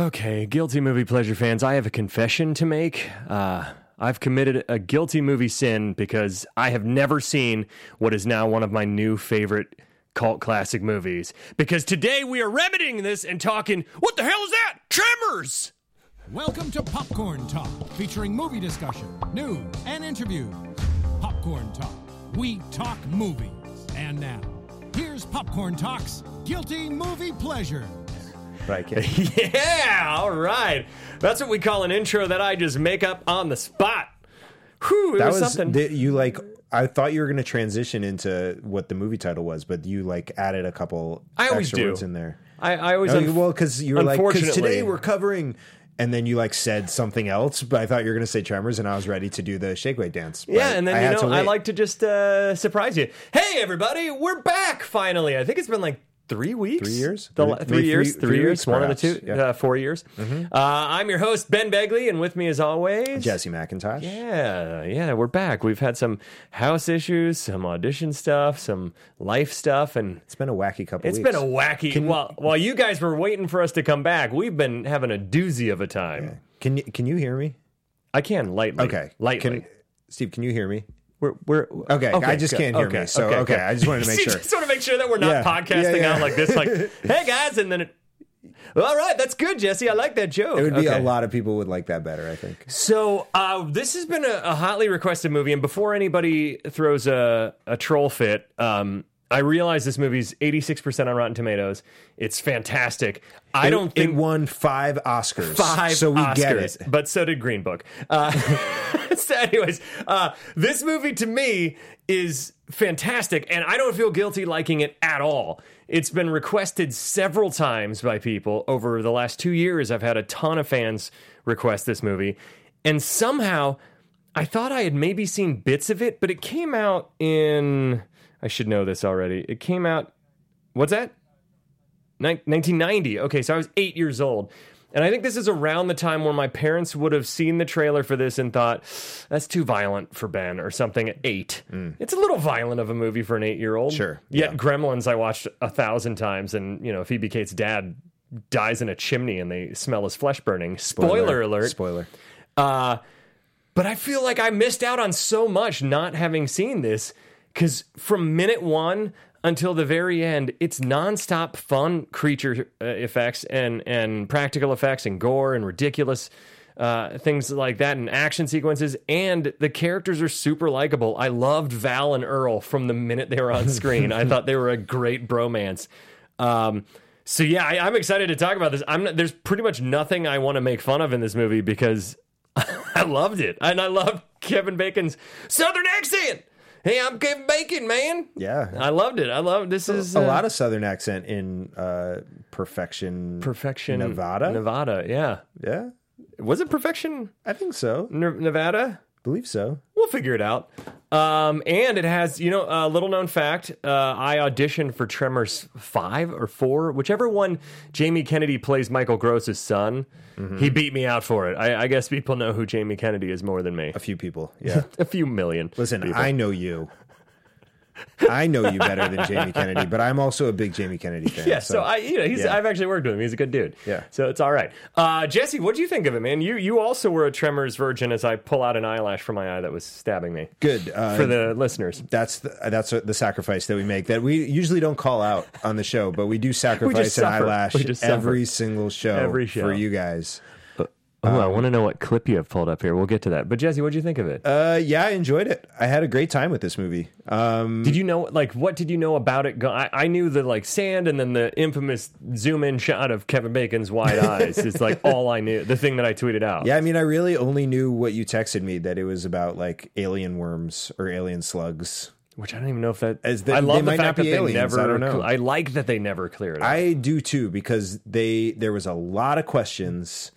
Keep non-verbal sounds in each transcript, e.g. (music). Okay, guilty movie pleasure fans, I have a confession to make. Uh, I've committed a guilty movie sin because I have never seen what is now one of my new favorite cult classic movies. Because today we are remedying this and talking, what the hell is that? Tremors! (laughs) Welcome to Popcorn Talk, featuring movie discussion, news, and interviews. Popcorn Talk, we talk movies. And now, here's Popcorn Talk's Guilty Movie Pleasure. Right, (laughs) kid. yeah, all right. That's what we call an intro that I just make up on the spot. Whew, it that was, was something. that you like. I thought you were going to transition into what the movie title was, but you like added a couple I always extra do. words in there. I, I always Oh, unf- well, because you were like, because unfortunately- today we're covering, and then you like said something else. But I thought you were going to say Tremors, and I was ready to do the shake weight dance. but Yeah, and then had you know to I wait. like to just uh, surprise you. Hey, everybody, we're back finally. I think it's been like three weeks, Three years? the, Three- la- three, three- years, three three, years, weeks, one perhaps. of the two, Yeah. Mm-hmm. uh, four years. Uh, I'm your host Ben Begley, and with me as always, Jesse McIntosh. Yeah, yeah, we're back. We've had some house issues, some audition stuff, some life stuff, and It's been a wacky couple. it's weeks. been a wacky. while while you guys were waiting for us to come back, we've been having a doozy of a time. Can you can you hear me? I can lightly, Okay, lightly. Can, Steve, can you hear me? We're we're Okay, I just good. can't hear me, so, okay, cool. I (laughs) just wanted to make You sure. just want to make sure that we're not Yeah, podcasting yeah, yeah. out like this. (laughs) Like, hey guys, and then it. All right, that's good, Jesse. I like that joke. It would be Okay. a lot of people would like that better. I think. So uh, this has been a, a hotly requested movie, and before anybody throws a, a troll fit, um, I realize this movie's eighty six percent on Rotten Tomatoes. It's fantastic. I don't it, think it won five Oscars. five so we Oscars, get it. but so did Green Book. Uh, (laughs) so anyways, uh, this movie to me is fantastic, and I don't feel guilty liking it at all. It's been requested several times by people over the last two years. I've had a ton of fans request this movie, and somehow I thought I had maybe seen bits of it, but it came out in. I should know this already. It came out. What's that? Nin- 1990. Okay, so I was eight years old. And I think this is around the time where my parents would have seen the trailer for this and thought, that's too violent for Ben or something at eight. It's a little violent of a movie for an eight year old. Mm. Sure, Yet yeah. Gremlins I watched a thousand times, and, you know, Phoebe Cates' dad dies in a chimney and they smell his flesh burning. Spoiler, alert. Spoiler. But I feel like I missed out on so much not having seen this because from minute one until the very end, it's nonstop fun creature uh, effects and, and practical effects and gore and ridiculous uh, things like that and action sequences. And the characters are super likable. I loved Val and Earl from the minute they were on screen. I thought they were a great bromance. Um, so yeah, I, I'm excited to talk about this. I'm not, there's pretty much nothing I want to make fun of in this movie because (laughs) I loved it, and I loved Kevin Bacon's southern accent. Hey, I'm Kevin Bacon, man. Yeah. I loved it. I love this is a uh, lot of southern accent in uh perfection perfection. nevada Nevada. Yeah, yeah was it perfection? i think so Ne- Nevada. believe so We'll figure it out. Um, and it has, you know, a little known fact. Uh, I auditioned for Tremors five or four, whichever one. Jamie Kennedy plays Michael Gross's son. Mm-hmm. He beat me out for it. I, I guess people know who Jamie Kennedy is more than me. a few people (laughs) yeah A few million. listen i know you i know you better than jamie kennedy but i'm also a big jamie kennedy fan Yeah, so, I, you know, he's, yeah. I've actually worked with him. He's a good dude. Yeah. So it's all right. Uh, Jesse, what do you think of it, man? You you also were a Tremors virgin as I pull out an eyelash from my eye that was stabbing me. good uh, For the listeners, that's the, that's the sacrifice that we make that we usually don't call out on the show, but we do sacrifice an suffer. eyelash We just every suffer. single show, Every show. for you guys. oh, I want to know what clip you have pulled up here. We'll get to that. Um, But Jesse, what do you think of it? Uh, yeah, I enjoyed it. I had a great time with this movie. Oh. Um, did you know, like, what did you know about it? Go- I, I knew the like sand and then the infamous zoom in shot of Kevin Bacon's wide eyes. It's (laughs) like all I knew. The thing that I tweeted out. Yeah, I mean, I really only knew what you texted me that it was about like alien worms or alien slugs. Which I don't even know if that. As they- I love they the might fact not that be they aliens. never. I don't know. I like that they never cleared it. up. I do too because they there was a lot of questions,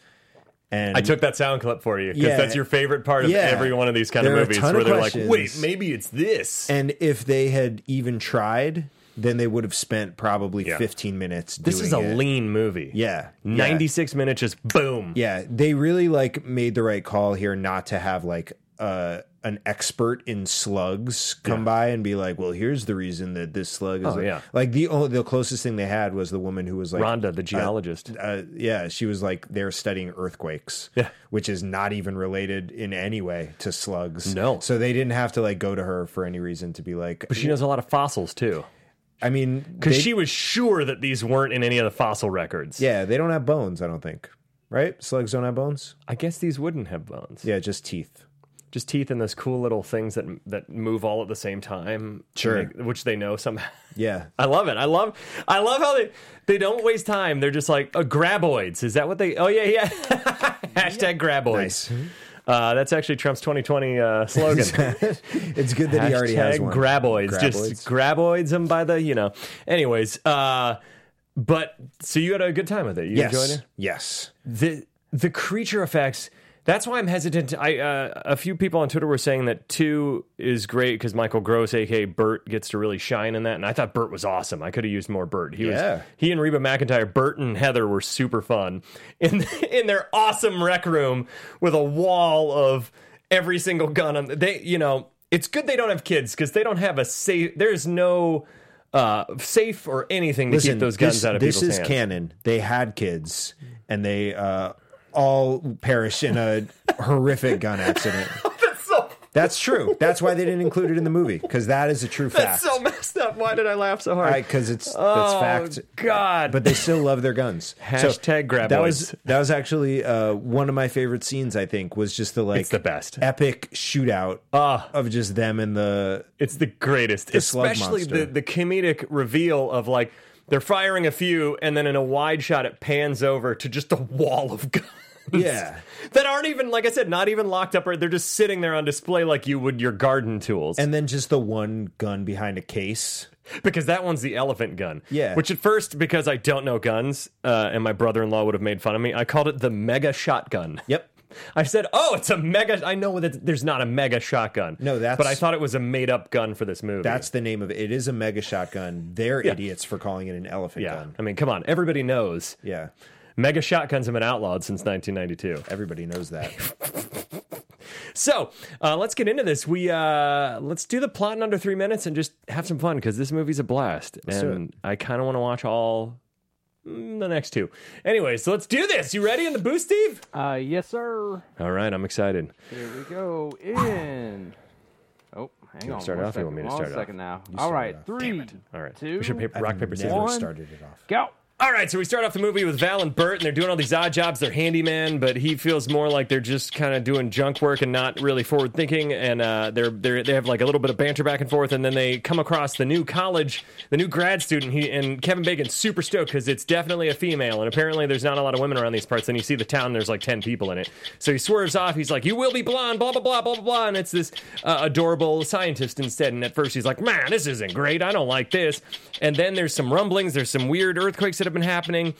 and I took that sound clip for you because Yeah. that's your favorite part of Yeah. every one of these kind There are a of movies ton of where they're like, questions. wait, maybe it's this. and if they had even tried, then they would have spent probably Yeah. fifteen minutes. this is a doing it. lean movie. Yeah, yeah. 96 minutes, just boom. Yeah, they really like made the right call here not to have like uh, an expert in slugs come by and be like, "Well, here's the reason that this slug is." Oh, like, yeah. like the only the closest thing they had was the woman who was like Rhonda, the geologist. uh, yeah, she was like they're studying earthquakes, Yeah. which is not even related in any way to slugs. No. so they didn't have to like go to her for any reason to be like. but she knows a lot of fossils too. I mean, Because they- she was sure that these weren't in any of the fossil records. yeah, they don't have bones. I don't think, right? Slugs don't have bones. I guess these wouldn't have bones. Yeah, just teeth. Just teeth and those cool little things that that move all at the same time. Sure. Like, which they know somehow. Yeah, I love it. I love I love how they they don't waste time. They're just like uh, graboids. Is that what they? Oh yeah, yeah. (laughs) Hashtag graboids. Nice. Uh, that's actually Trump's 2020 uh, (laughs) slogan. it's good that he already has one. graboids. Graboids. Just graboids them by the you know. Anyways, uh, but so you had a good time with it. You enjoyed yes, it. yes. The the creature effects. That's why I'm hesitant. I uh, a few people on Twitter were saying that two is great because Michael Gross, aka Bert, gets to really shine in that, and I thought Bert was awesome. I could have used more Bert. He Yeah. was he and Reba McIntyre, Bert and Heather were super fun (laughs) in in their awesome rec room with a wall of every single gun. On, they you know it's good they don't have kids because they don't have a safe. There's no uh, safe or anything to keep those guns this, out of this people's is hands. canon. They had kids, and they uh, all perish in a (laughs) horrific gun accident. (laughs) That's so That's true. That's why they didn't include it in the movie because that is a true That's fact. so messed up. Why did I laugh so hard? Because it's oh, that's fact. God. But they still love (laughs) their guns. Hashtag graboids. That was that was actually uh, one of my favorite scenes. I think was just the like It's the best. epic shootout Ah. of just them and the it's the greatest. slug Especially the, monster. the comedic reveal of like they're firing a few and then in a wide shot it pans over to just a wall of guns. Yeah. that aren't even, like I said, not even locked up or they're just sitting there on display like you would your garden tools. and then just the one gun behind a case. because that one's the elephant gun. Yeah. Which at first, because I don't know guns, uh, and my brother in law would have made fun of me, I called it the mega shotgun. Yep. I said, "Oh, it's a mega." I know that there's not a mega shotgun. No, that's- But I thought it was a made-up gun for this movie. That's the name of it. It is a mega shotgun. They're Yeah. idiots for calling it an elephant yeah. gun. I mean, come on, everybody knows Yeah. mega shotguns have been outlawed since 1992. Everybody knows that. So uh, let's get into this. We uh, let's do the plot in under three minutes and just have some fun because this movie's a blast, do and I kind of want to watch all mm, the next two. Anyway, so let's do this. You ready in the booth, Steve? Uh, yes, sir. All right, I'm excited. Here we go. In. Oh, hang on. start one off or you second, want me to one start off? second now. All (laughs) right, Uh, three. All right, Two. we should pa- rock paper scissors. Never One. started it off. Go. All right, so we start off the movie with Val and Bert, and they're doing all these odd jobs. They're handyman, but he feels more like they're just kind of doing junk work and not really forward thinking. And uh, they're, they're they have like a little bit of banter back and forth, and then they come across the new college, the new grad student. He and Kevin Bacon's super stoked because it's definitely a female, and apparently there's not a lot of women around these parts. And you see the town, there's like ten people in it. So he swerves off. He's like, "You will be blonde," blah blah blah blah blah, blah. And it's this uh, adorable scientist instead. And at first he's like, "Man, this isn't great. I don't like this." And then there's some rumblings. There's some weird earthquakes that have been happening.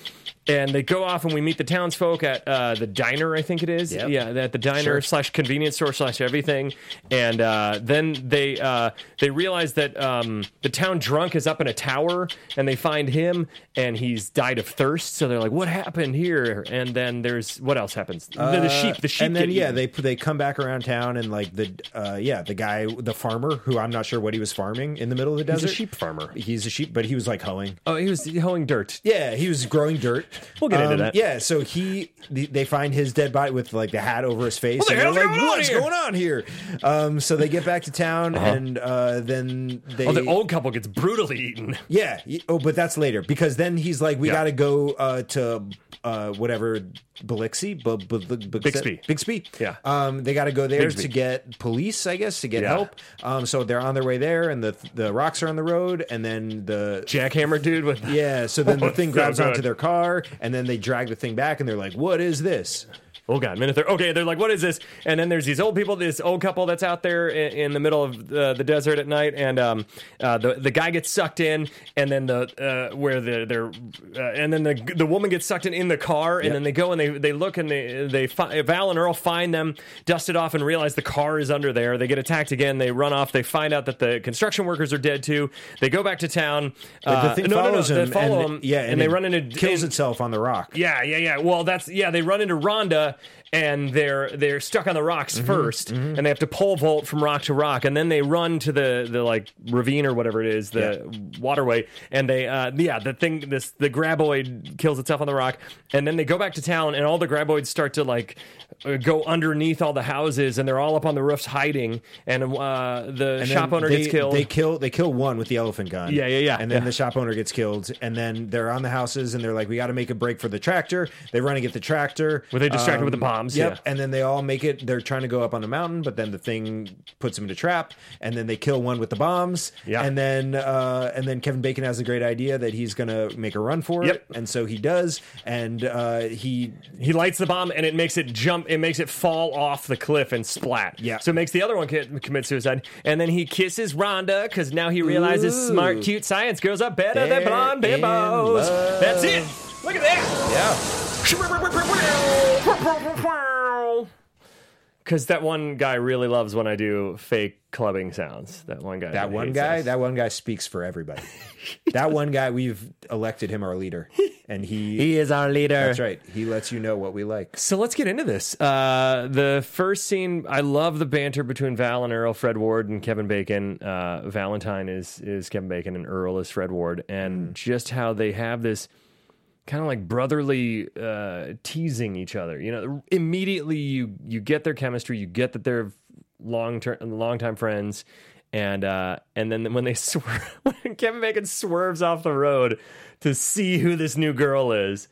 And they go off, and we meet the townsfolk at uh, the diner. I think it is. Yep. Yeah, at the diner Sure. slash convenience store slash everything. And uh, then they uh, they realize that um, the town drunk is up in a tower, and they find him, and he's died of thirst. So they're like, "What happened here?" And then there's what else happens? the, the sheep. The sheep. Uh, And then get yeah, eaten. they they come back around town and like the uh, yeah the guy the farmer who I'm not sure what he was farming in the middle of the He's desert. a sheep farmer. He's a sheep, but he was like hoeing. Oh, he was hoeing dirt. Yeah, he was growing dirt. Um, We'll get into that. Yeah, so he the, they find his dead body with like the hat over his face. What the and hell's they're going like, on what's here?" going on here? Um, so they get back to town and uh, then they Oh, the old couple gets brutally eaten. Yeah. y- Oh, but that's later because then he's like, we Yeah. got to go uh, to uh, whatever Biloxi, B- B- B- Bixby. Bixby. Yeah. Um, they got to go there Bigsby. to get police, I guess, to get Yeah. help. Um, so they're on their way there, and the the rocks are on the road, and then the Jackhammer dude with yeah. So (laughs) then the it's thing so grabs good. onto their car, and then they drag the thing back, and they're like, "What is this?" oh god, minute. They're, okay, they're like, what is this? And then there's these old people, this old couple that's out there in, in the middle of uh, the, the desert at night, and um, uh, the the guy gets sucked in, and then the uh, where the they're uh, and then the the woman gets sucked in in the car, and then they go and they they look and they they fi- Val and Earl find them, dust it off, and realize the car is under there. They get attacked again. They run off. They find out that the construction workers are dead too. They go back to town. Like, Uh, no, no, no, they him, follow and, him. Yeah, and and, they it run into kills and- itself on the rock. Yeah, yeah, yeah. Well, that's yeah. They run into Rhonda, and they're they're stuck on the rocks Mm-hmm, 1st and they have to pole vault from rock to rock, and then they run to the the like ravine or whatever it is, the waterway, and they uh yeah, the thing this the graboid kills itself on the rock, and then they go back to town, and all the graboids start to like uh, go underneath all the houses, and they're all up on the roofs hiding, and uh the And shop then owner they, gets killed. They kill they kill one with the elephant gun. Yeah, yeah, yeah, And then yeah. the shop owner gets killed. And then they're on the houses and they're like, we got to make a break for the tractor. They run and get the tractor. Um, Were they distracted with the bombs? Yep. Yeah. And then they all make it. They're trying to go up on the mountain, but then the thing puts them in a trap. And then they kill one with the bombs. Yeah. And then uh, and then Kevin Bacon has a great idea that he's gonna make a run for Yep. it. And so he does. And uh, he he lights the bomb and it makes it jump it makes it fall off the cliff and splat Yeah. so it makes the other one ki- commit suicide and then he kisses rhonda because now he realizes Ooh. smart cute science girls are better They're than blonde in bimbos love. that's it look at that yeah. because that one guy really loves when i do fake clubbing sounds that one guy That one hates guy, us. that one guy speaks (laughs) for everybody. that one guy, we've elected him our leader, and he, he is our leader that's right. He lets you know what we like. So let's get into this. Uh, the first scene, I love the banter between Val and Earl, Fred Ward and Kevin Bacon. Uh, Valentine is is Kevin Bacon and Earl is Fred Ward, and just how they have this kind of like brotherly uh, teasing each other. You know, immediately you you get their chemistry, you get that they're long term, long time friends, and uh, and then when they (laughs) swerve, when Kevin Bacon swerves off the road to see who this new girl is.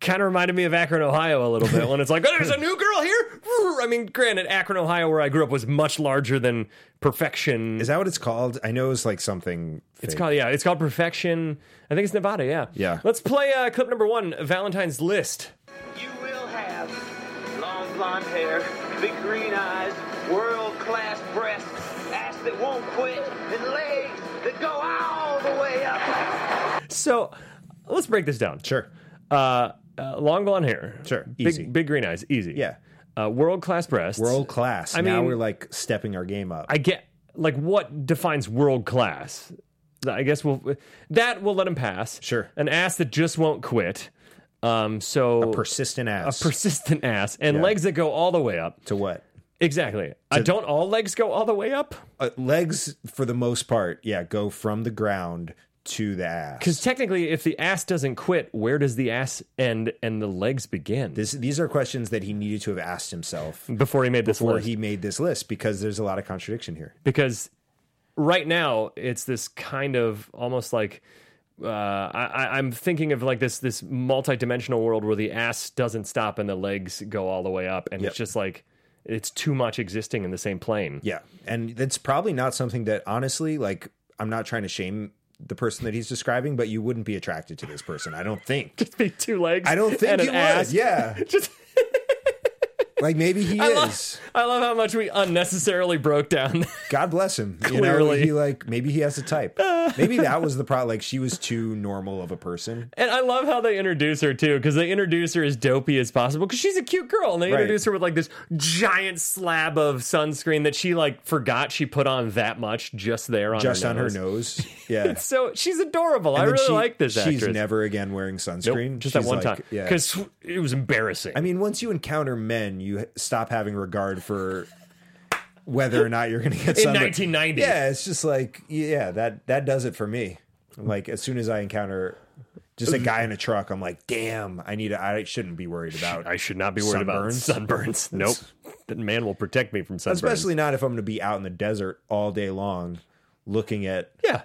Kind of reminded me of Akron, Ohio, a little bit when it's like, oh, there's a new girl here. I mean, granted, Akron, Ohio, where I grew up, was much larger than perfection. Is that what it's called? I know it's like something. It's fake. called yeah. It's called Perfection. I think it's Nevada. Yeah. Yeah. Let's play uh, clip number one, Valentine's List. You will have long blonde hair, big green eyes, world class breasts, ass that won't quit, and legs that go all the way up. So let's break this down. Sure. Uh, uh, long blonde hair. Sure. Big, Easy. Big green eyes. Easy. Yeah. Uh, world class breasts. World class. I now mean- we're like stepping our game up. I get like what defines world class. I guess we'll that we'll let him pass. Sure. An ass that just won't quit. Um. So Persistent ass. persistent ass and Yeah. legs that go all the way up. to what? Exactly. uh, don't all legs go all the way up? Uh, legs, for the most part, yeah, go from the ground to the ass. Because technically, if the ass doesn't quit, where does the ass end and the legs begin? This, these are questions that he needed to have asked himself before he made this before list. he made this list because there's a lot of contradiction here. because right now it's this kind of almost like uh, I, I- I'm thinking of like this this multi-dimensional world where the ass doesn't stop and the legs go all the way up, and Yep. it's just like it's too much existing in the same plane. Yeah. And that's probably not something that honestly, like, I'm not trying to shame the person that he's describing, but you wouldn't be attracted to this person. I don't think. Just be (laughs) two legs. I don't think and you an would. ass. Yeah. (laughs) Just- (laughs) Like maybe he I is. love, I love how much we unnecessarily broke down. God bless him. You Clearly. know, he like maybe he has (laughs) a type. Maybe that was the problem. Like she was too normal of a person. And I love how they introduce her too, because they introduce her as dopey as possible, because she's a cute girl, and they Right. introduce her with like this giant slab of sunscreen that she like forgot she put on that much just there on Just her on her nose. nose. (laughs) Yeah. And So she's adorable. I then really she- like this She's actress. never again wearing sunscreen. Nope, just that She's one like- time, Yeah. because it was embarrassing. I mean, once you encounter men, you stop having regard for whether or not you're going to get In sunburned. 1990. Yeah, it's just like yeah, that that does it for me. Like as soon as I encounter just a guy in a truck, I'm like, damn, I need. To, I shouldn't be worried about. I should not be worried about (laughs) sunburns. Nope, that man will protect me from sunburns. especially not if I'm going to be out in the desert all day long, looking at yeah,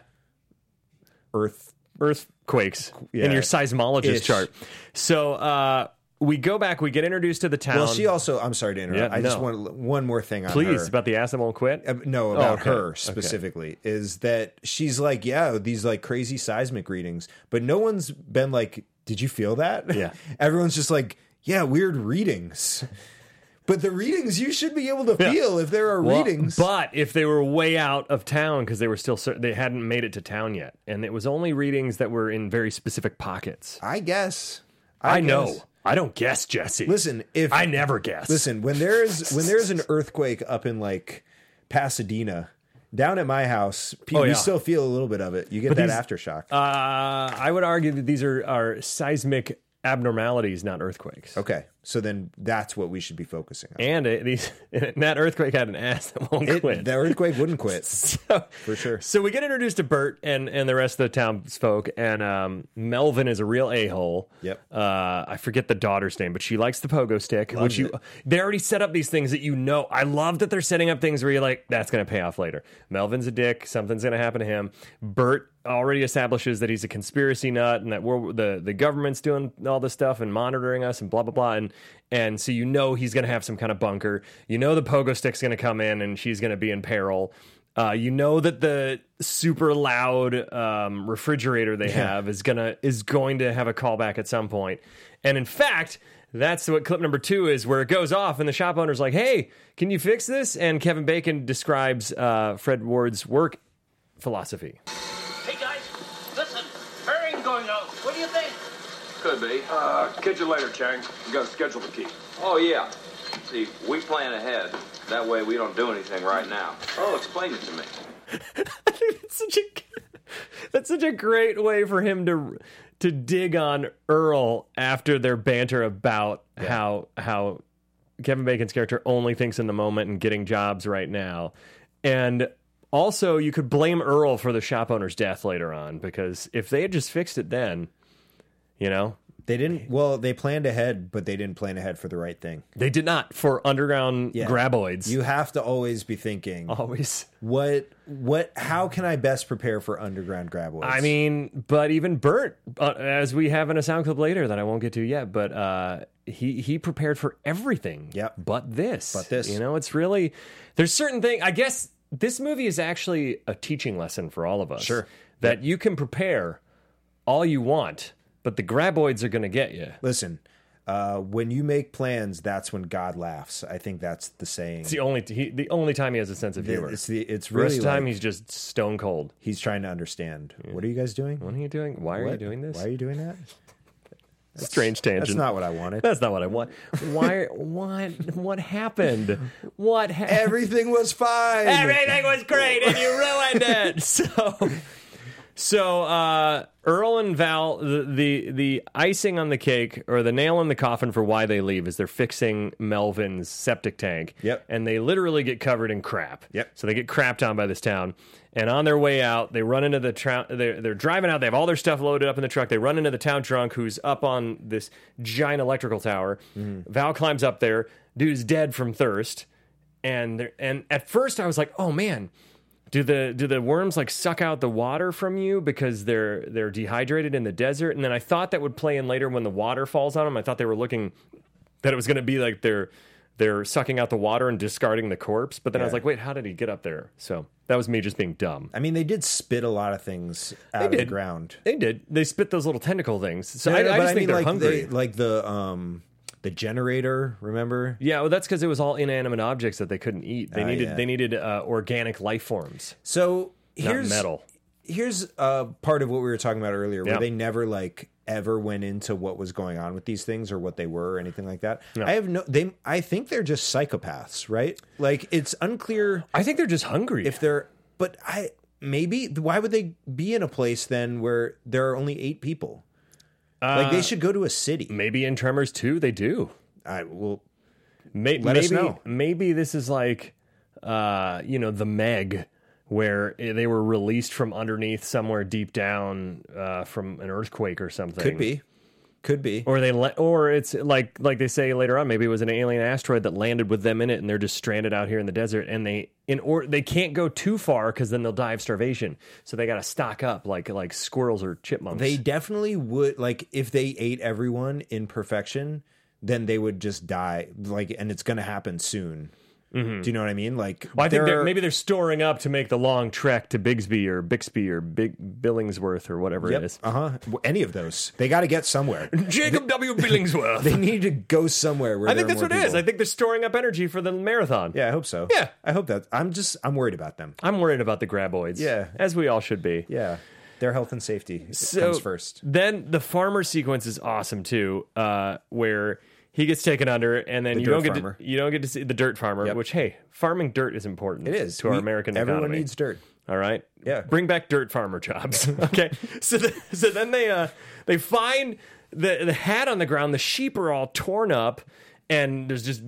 Earth. earthquaques in Yeah. your seismologist Ish. chart. So uh, we go back. We get introduced to the town. Well, she also. I'm sorry to interrupt. Yeah, I just no. want one more thing on Please, her. about the ass that won't quit. Uh, no about Oh, okay. her Okay. specifically is that she's like yeah these like crazy seismic readings but no one's been like did you feel that (laughs) Yeah. everyone's just like yeah weird readings but the readings you should be able to Yeah. feel if there are Well, readings But if they were way out of town because they were still cer- they hadn't made it to town yet, and it was only readings that were in very specific pockets. i guess I, guess. know. I don't guess, Jesse. listen if I never guess. listen when there is when there's an earthquake up in like pasadena Down at my house, pe- Oh, yeah. you still feel a little bit of it. You get that aftershock. Uh, I would argue that these are, are seismic abnormalities, not earthquakes. okay, so then that's what we should be focusing on. And it, these, (laughs) that earthquake had an ass that won't It, quit. the earthquake wouldn't (laughs) quit so, for sure. so we get introduced to Bert and, and the rest of the townsfolk, and um, Melvin is a real a hole. Yep. Uh, I forget the daughter's name, but she likes the pogo stick, which you it. they already set up these things that you know. I love that they're setting up things where you're like, that's going to pay off later. Melvin's a dick. Something's going to happen to him. Bert already establishes that he's a conspiracy nut and that we're the the government's doing all this stuff and monitoring us and blah blah blah and and so you know he's going to have some kind of bunker. You know the pogo stick's going to come in and she's going to be in peril. Uh, you know that the super loud um, refrigerator they have is gonna is going to have a callback at some point. And in fact, that's what clip number two is, where it goes off, and the shop owner's like, "Hey, can you fix this?" And Kevin Bacon describes uh, Fred Ward's work philosophy. Hey guys, listen, Herring going out. What do you think? Could be. Uh, catch you later, Chang. We gotta schedule the key. Oh, yeah. See, we plan ahead. That way we don't do anything right now. Oh, explain it to me. that's such a that's such a great way for him to to dig on Earl after their banter about how how Kevin Bacon's character only thinks in the moment and getting jobs right now, and also you could blame Earl for the shop owner's death later on because if they had just fixed it then, you know. They didn't. Well, they planned ahead, but they didn't plan ahead for the right thing. They did not for underground Yeah. graboids. You have to always be thinking always what what how can I best prepare for underground graboids? I mean, but even Bert, uh, as we have in a sound clip later that I won't get to yet, but uh, he he prepared for everything. Yep. But this, But this. you know, it's really there's certain thing. I guess this movie is actually a teaching lesson for all of us. Sure. that you can prepare all you want, but the graboids are going to get you. listen. Uh, when you make plans, that's when God laughs. I think that's the saying. It's the only he, the only time he has a sense of humor. It's the it's the rest really of the time like he's just stone cold. he's trying to understand. What are you guys doing? What are you doing? Why are you What? doing this? Why are you (laughs) doing that? Strange tangent. That's not what (laughs) I wanted. That's not what I want. Why? what? What happened? What happened? Everything was fine. Everything was great, and you ruined it. (laughs) So, so uh, Earl and Val, the, the the icing on the cake or the nail in the coffin for why they leave is they're fixing Melvin's septic tank. Yep. And they literally get covered in crap. Yep. So they get crapped on by this town. And on their way out, they run into the town. They're, they're driving out. They have all their stuff loaded up in the truck. They run into the town drunk who's up on this giant electrical tower. Val climbs up there. Dude's dead from thirst. And there, and at first I was like, oh man, do the do the worms like suck out the water from you because they're they're dehydrated in the desert? And then I thought that would play in later when the water falls on them. I thought they were looking that it was going to be like they're they're sucking out the water and discarding the corpse. But then I was Yeah. like, wait, how did he get up there? So that was me just being dumb. I mean, they did spit a lot of things out of the did. ground. They did. They spit those little tentacle things. So No, I, no, I but just think they're like hungry. They, like the um the generator, remember? yeah, well, that's because it was all inanimate objects that they couldn't eat. They Ah, needed yeah. they needed uh, organic life forms, So here's not metal. Here's uh part of what we were talking about earlier, where Yeah. they never like ever went into what was going on with these things or what they were or anything like that. I have no they I think they're just psychopaths, right? Like it's unclear I think they're just hungry. if they're but I maybe why would they be in a place then where there are only eight people? like Uh, they should go to a city. Maybe in Tremors 2 they do. I will May- Let maybe, us know. Maybe this is like, uh, you know, the Meg, where they were released from underneath somewhere deep down uh, from an earthquake or something. could be. Could be. Or they le- or it's like like they say later on. Maybe it was an alien asteroid that landed with them in it, and they're just stranded out here in the desert. And they in or they can't go too far because then they'll die of starvation. So they got to stock up like like squirrels or chipmunks. They definitely would like if they ate everyone in perfection, then they would just die. Like, and it's going to happen soon. Do you know what Mm-hmm. I mean? Like, Well, I think there they're, are- maybe they're storing up to make the long trek to Bigsby or Bixby or Big Billingsworth or whatever Yep, it is. uh huh. Any of those, they got to get somewhere. (laughs) Jacob W. Billingsworth. they need to go somewhere. Where I think there that's are what more it is. people. I think they're storing up energy for the marathon. yeah, I hope so. Yeah. I hope that. I'm just. I'm worried about them. I'm worried about the graboids. Yeah. As we all should be. Yeah, their health and safety So comes first. Then the farmer sequence is awesome too, uh, where He gets taken under, and then The you dirt don't get farmer. to you don't get to see the dirt farmer. Yep. Which hey, farming dirt is important. It is to our We- American Everyone economy. needs dirt. All right. Yeah. Bring back dirt farmer jobs. (laughs) okay. so th- so then they uh they find the the hat on the ground. The sheep are all torn up, and there's just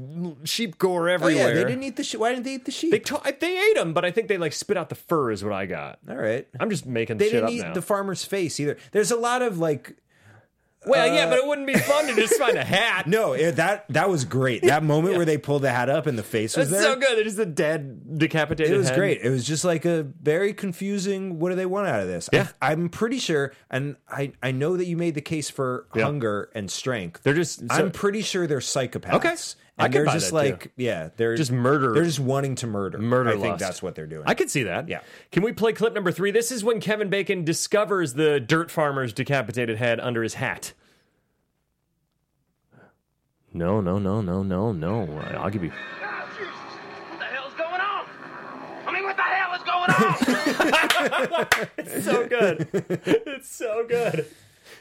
sheep gore Oh everywhere. yeah, they didn't eat the sheep. Why didn't they eat the sheep? They, to- they ate them, but I think they like spit out the fur is what I got. All right. I'm just making They shit didn't up eat now. the farmer's face either. There's a lot of like well, yeah, but it wouldn't be fun to just (laughs) find a hat. no, it- that that was (laughs) great. That moment where they pulled the hat up and the face was That's there. so good. They're just a dead, decapitated. It was hen. great. It was just like a very confusing. What do they want out of this? Yeah. I, am pretty sure, and I I know that you made the case for Yeah. hunger and strength. They're just- so- I'm pretty sure they're psychopaths. Okay. I and can they're buy just that, like yeah, they're Just murder- They're just wanting to murder. Murder I think lust. that's what they're doing. I could see that. Yeah. Can we play clip number three? This is when Kevin Bacon discovers the dirt farmer's decapitated head under his hat. No, no, no, no, no, no. I'll give you. Ah, Jesus. What the hell's going on? I mean, what the hell is going on? So good. it's so good.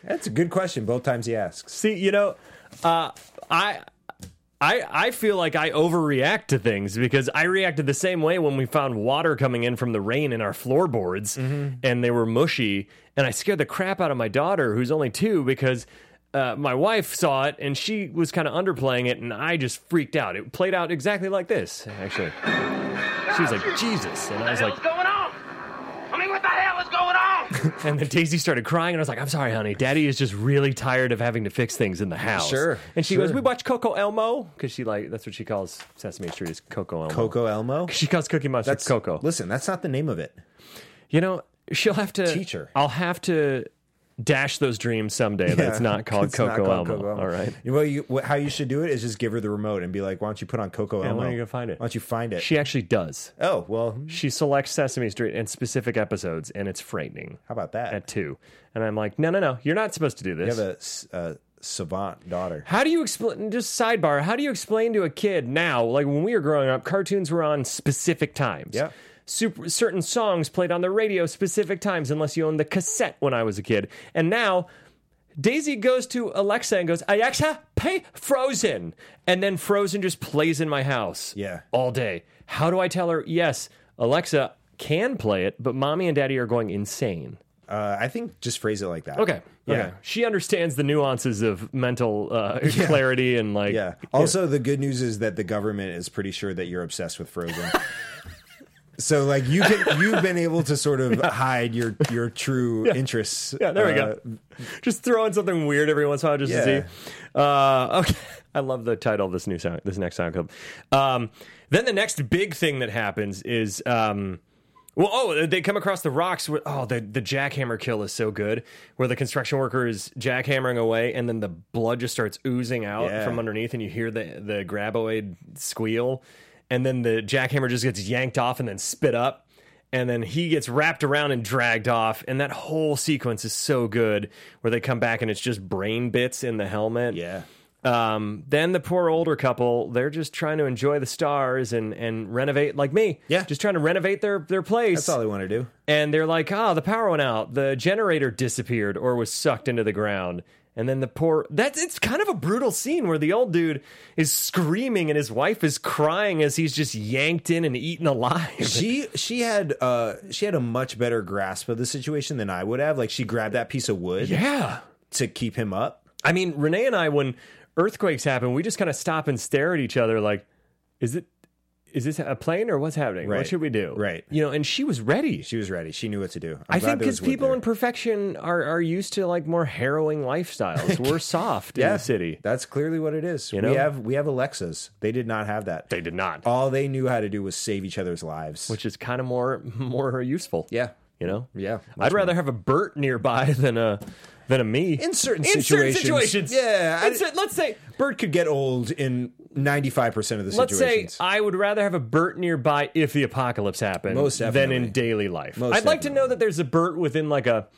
that's a good question. Both times he asks. See, you know, uh, I. I, I feel like I overreact to things because I reacted the same way when we found water coming in from the rain in our floorboards and they were mushy. And I scared the crap out of my daughter, who's only two, because uh, my wife saw it and she was kind of underplaying it. And I just freaked out. It played out exactly like this, actually. She was like, Jesus. And I What was the like, hell's going on? I mean, what the hell is going on? and then Daisy started crying, and I was like, "I'm sorry, honey. Daddy is just really tired of having to fix things in the house." Sure, And she sure. goes, "We watch Coco Elmo because she like that's what she calls Sesame Street is Coco Elmo. Coco Elmo. She calls Cookie Monster That's Coco. Listen, that's not the name of it. You know, she'll have to Teacher. I'll have to dash those dreams someday that it's (laughs) not called It's Coco not called Elmo. All right. Well, you, wh- how you should do it is just give her the remote and be like, "Why don't you put on Coco And Elmo? where are you gonna find it? Mm-hmm. Why don't you find it? She actually does. oh well, She selects Sesame Street and specific episodes, and it's frightening. how about that? At two, and I'm like, no, no, no, you're not supposed to do this. You have a s- a savant daughter. How do you explain? Just sidebar. How do you explain to a kid now? Like when we were growing up, cartoons were on specific times. Yeah. Super, certain songs played on the radio specific times, unless you owned the cassette when I was a kid. And now, Daisy goes to Alexa and goes, "Alexa, play Frozen," and then Frozen just plays in my house. Yeah. All day. How do I tell her? Yes, Alexa can play it, but mommy and daddy are going insane. Uh, I think just phrase it like that. Okay. Yeah. Okay. She understands the nuances of mental uh, (laughs) clarity and like. Yeah. Also, the good news is that the government is pretty sure that you're obsessed with Frozen. (laughs) so, like, you can you've been able to (laughs) sort of hide your your true interests. Yeah, there we uh, go. Just throw in something weird every once in a while just Yeah. to see. Uh, okay. (laughs) I love the title of this new sound, this next sound clip. Um, then the next big thing that happens is, um, well, oh, they come across the rocks. With, oh, the the jackhammer kill is so good, where the construction worker is jackhammering away, and then the blood just starts oozing out Yeah. from underneath, and you hear the the graboid squeal, and then the jackhammer just gets yanked off and then spit up and then he gets wrapped around and dragged off and that whole sequence is so good where they come back and it's just brain bits in the helmet Yeah. um, then the poor older couple they're just trying to enjoy the stars and and renovate like me Yeah. just trying to renovate their their place That's all they want to do. and they're like ah the power went out the generator disappeared or was sucked into the ground and then the poor that's it's kind of a brutal scene where the old dude is screaming and his wife is crying as he's just yanked in and eaten alive She she had uh she had a much better grasp of the situation than I would have. Like she grabbed that piece of wood yeah to keep him up. I mean, Renee and I, when earthquakes happen, we just kind of stop and stare at each other, like, "Is it? Is this a plane or what's happening? Right. What should we do?" Right. You know, and she was ready. She was ready. She knew what to do. I'm I glad think there because was wood people there. in perfection are are used to like more harrowing lifestyles. (laughs) We're soft in the city. That's clearly what it is. know? We have we have Alexas. They did not have that. They did not, All they knew how to do was save each other's lives. which is kind of more (laughs) more useful. yeah, You know. yeah. I'd rather have a Bert nearby (laughs) than a than a me In certain in situations. Certain situations. Yeah, I- In cer- let's say Bert could get old in ninety five percent of the Let's say situations. I would rather have a Bert nearby if the apocalypse happened Most than definitely. in daily life. Most I'd like to definitely. know that there's a Bert within like a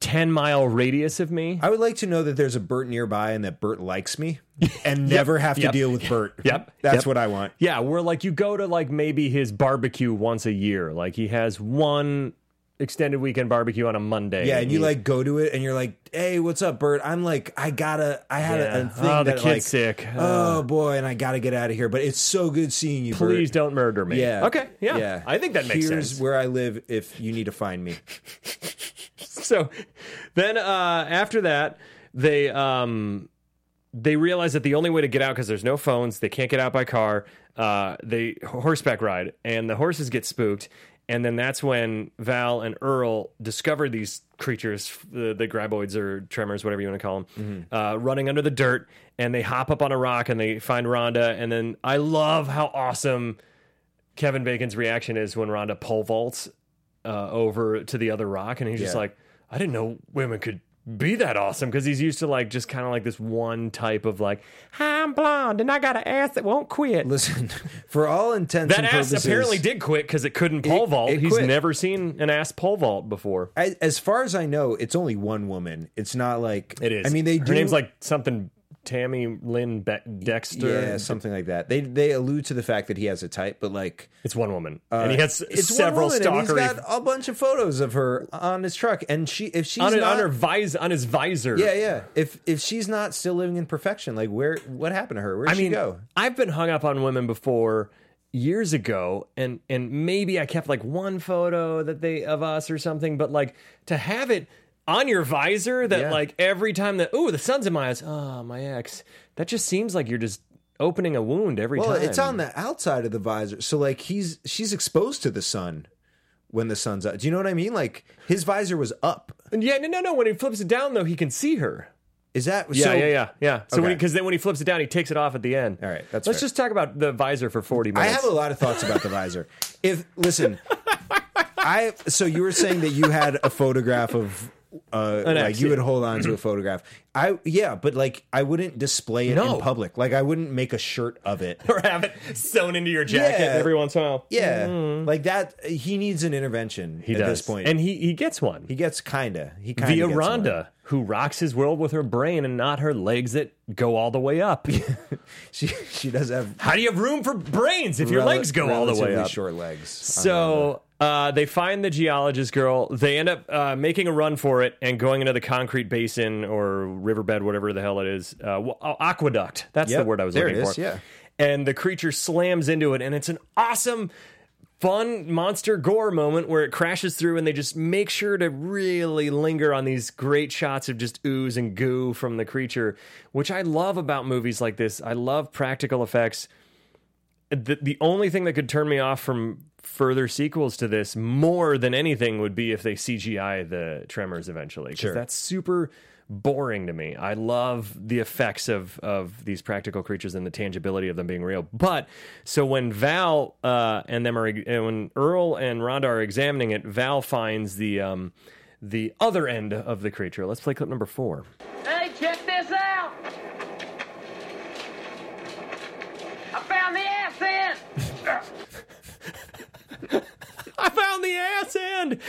10 mile radius of me. I would like to know that there's a Bert nearby and that Bert likes me, and never have (laughs) to Yep. deal with Bert. Yep. that's Yep. what I want. yeah, where like you go to like maybe his barbecue once a year. Like he has one extended weekend barbecue on a Monday. Yeah, and you He's- like go to it and you're like, "Hey, what's up, Bert? I'm like, I gotta, I had a, Yeah. a thing Oh, the that kid's like, sick. Oh boy, and I gotta get out of here. But it's so good seeing you. Bert." please don't murder me. Yeah. Okay. Yeah. I think that makes Here's sense. where I live. If you need to find me, (laughs) so then uh, after that they um they realize that the only way to get out because there's no phones they can't get out by car uh they horseback ride and the horses get spooked and then that's when val and earl discover these creatures the, the graboids or tremors whatever you want to call them uh, running under the dirt and they hop up on a rock and they find rhonda and then i love how awesome kevin bacon's reaction is when rhonda pole vaults uh, over to the other rock, and he's just Yeah. like, I didn't know women could be that awesome because he's used to like just kind of like this one type of like, "Hi, I'm blonde and I got an ass that won't quit. listen. (laughs) For all intents that and ass purposes, apparently did quit because it couldn't pole It- vault. it he's quit. never seen an ass pole vault before. I, as far as I know, it's only one woman. It's not like It is. I mean, they her do. name's like something Tammy Lynn Be- Dexter. yeah, something like that. They they allude to the fact that he has a type, but like it's one woman, and he has Uh, it's several one woman, and stalkery He's got a bunch of photos of her on his truck, and she if she's on, it- not, on her vis- on his visor. yeah yeah if if she's not still living in perfection, like where what happened to her? Where did I she mean, go? I've been hung up on women before years ago and and maybe I kept like one photo that they of us or something, but like to have it on your visor that Yeah. like every time that oh the sun's in my eyes, oh my ex. That just seems like you're just opening a wound every Well, time. it's on the outside of the visor, so like he's she's exposed to the sun when the sun's up. Do you know what I mean? Like his visor was up. Yeah, no no no. When he flips it down though, he can see her. Is that Yeah, so, yeah, yeah, yeah. So Okay. because then when he flips it down, he takes it off at the end. All right, that's let's fair. just talk about the visor for forty I minutes. have a lot of thoughts about the visor. If listen, I so you were saying that you had a photograph of uh, An like ex, you yeah. would hold on to a photograph. I yeah, but like I wouldn't display it No. in public. Like I wouldn't make a shirt of it. (laughs) or have it sewn into your jacket Yeah. every once in a while. Yeah, like that. He needs an intervention Mm-hmm. he at does. this point, and he he gets one. he gets kinda. He kinda via gets one. (laughs) Rhonda, who rocks his world with her brain and not her legs that go all the way up. (laughs) She she does have How do you have room for brains if (laughs) your rel- legs go all the way relatively up? Short legs. So uh, they find the geologist girl. They end up uh, making a run for it and going into the concrete basin or riverbed, whatever the hell it is. Uh, wa- uh, aqueduct. That's the Yep, word I was there it looking is, for. yeah. And the creature slams into it, and it's an awesome. Fun monster gore moment where it crashes through, and they just make sure to really linger on these great shots of just ooze and goo from the creature, which I love about movies like this. I love practical effects the, the only thing that could turn me off from further sequels to this more than anything would be if they CGI the Tremors eventually. 'cause Sure. That's super boring to me. I love the effects of, of these practical creatures and the tangibility of them being real. But so when Val uh, and them are, and when Earl and Rhonda are examining it, Val finds the, um, the other end of the creature. Let's play clip number four. Hey, check this out! I found the ass end! (laughs) I found the ass end.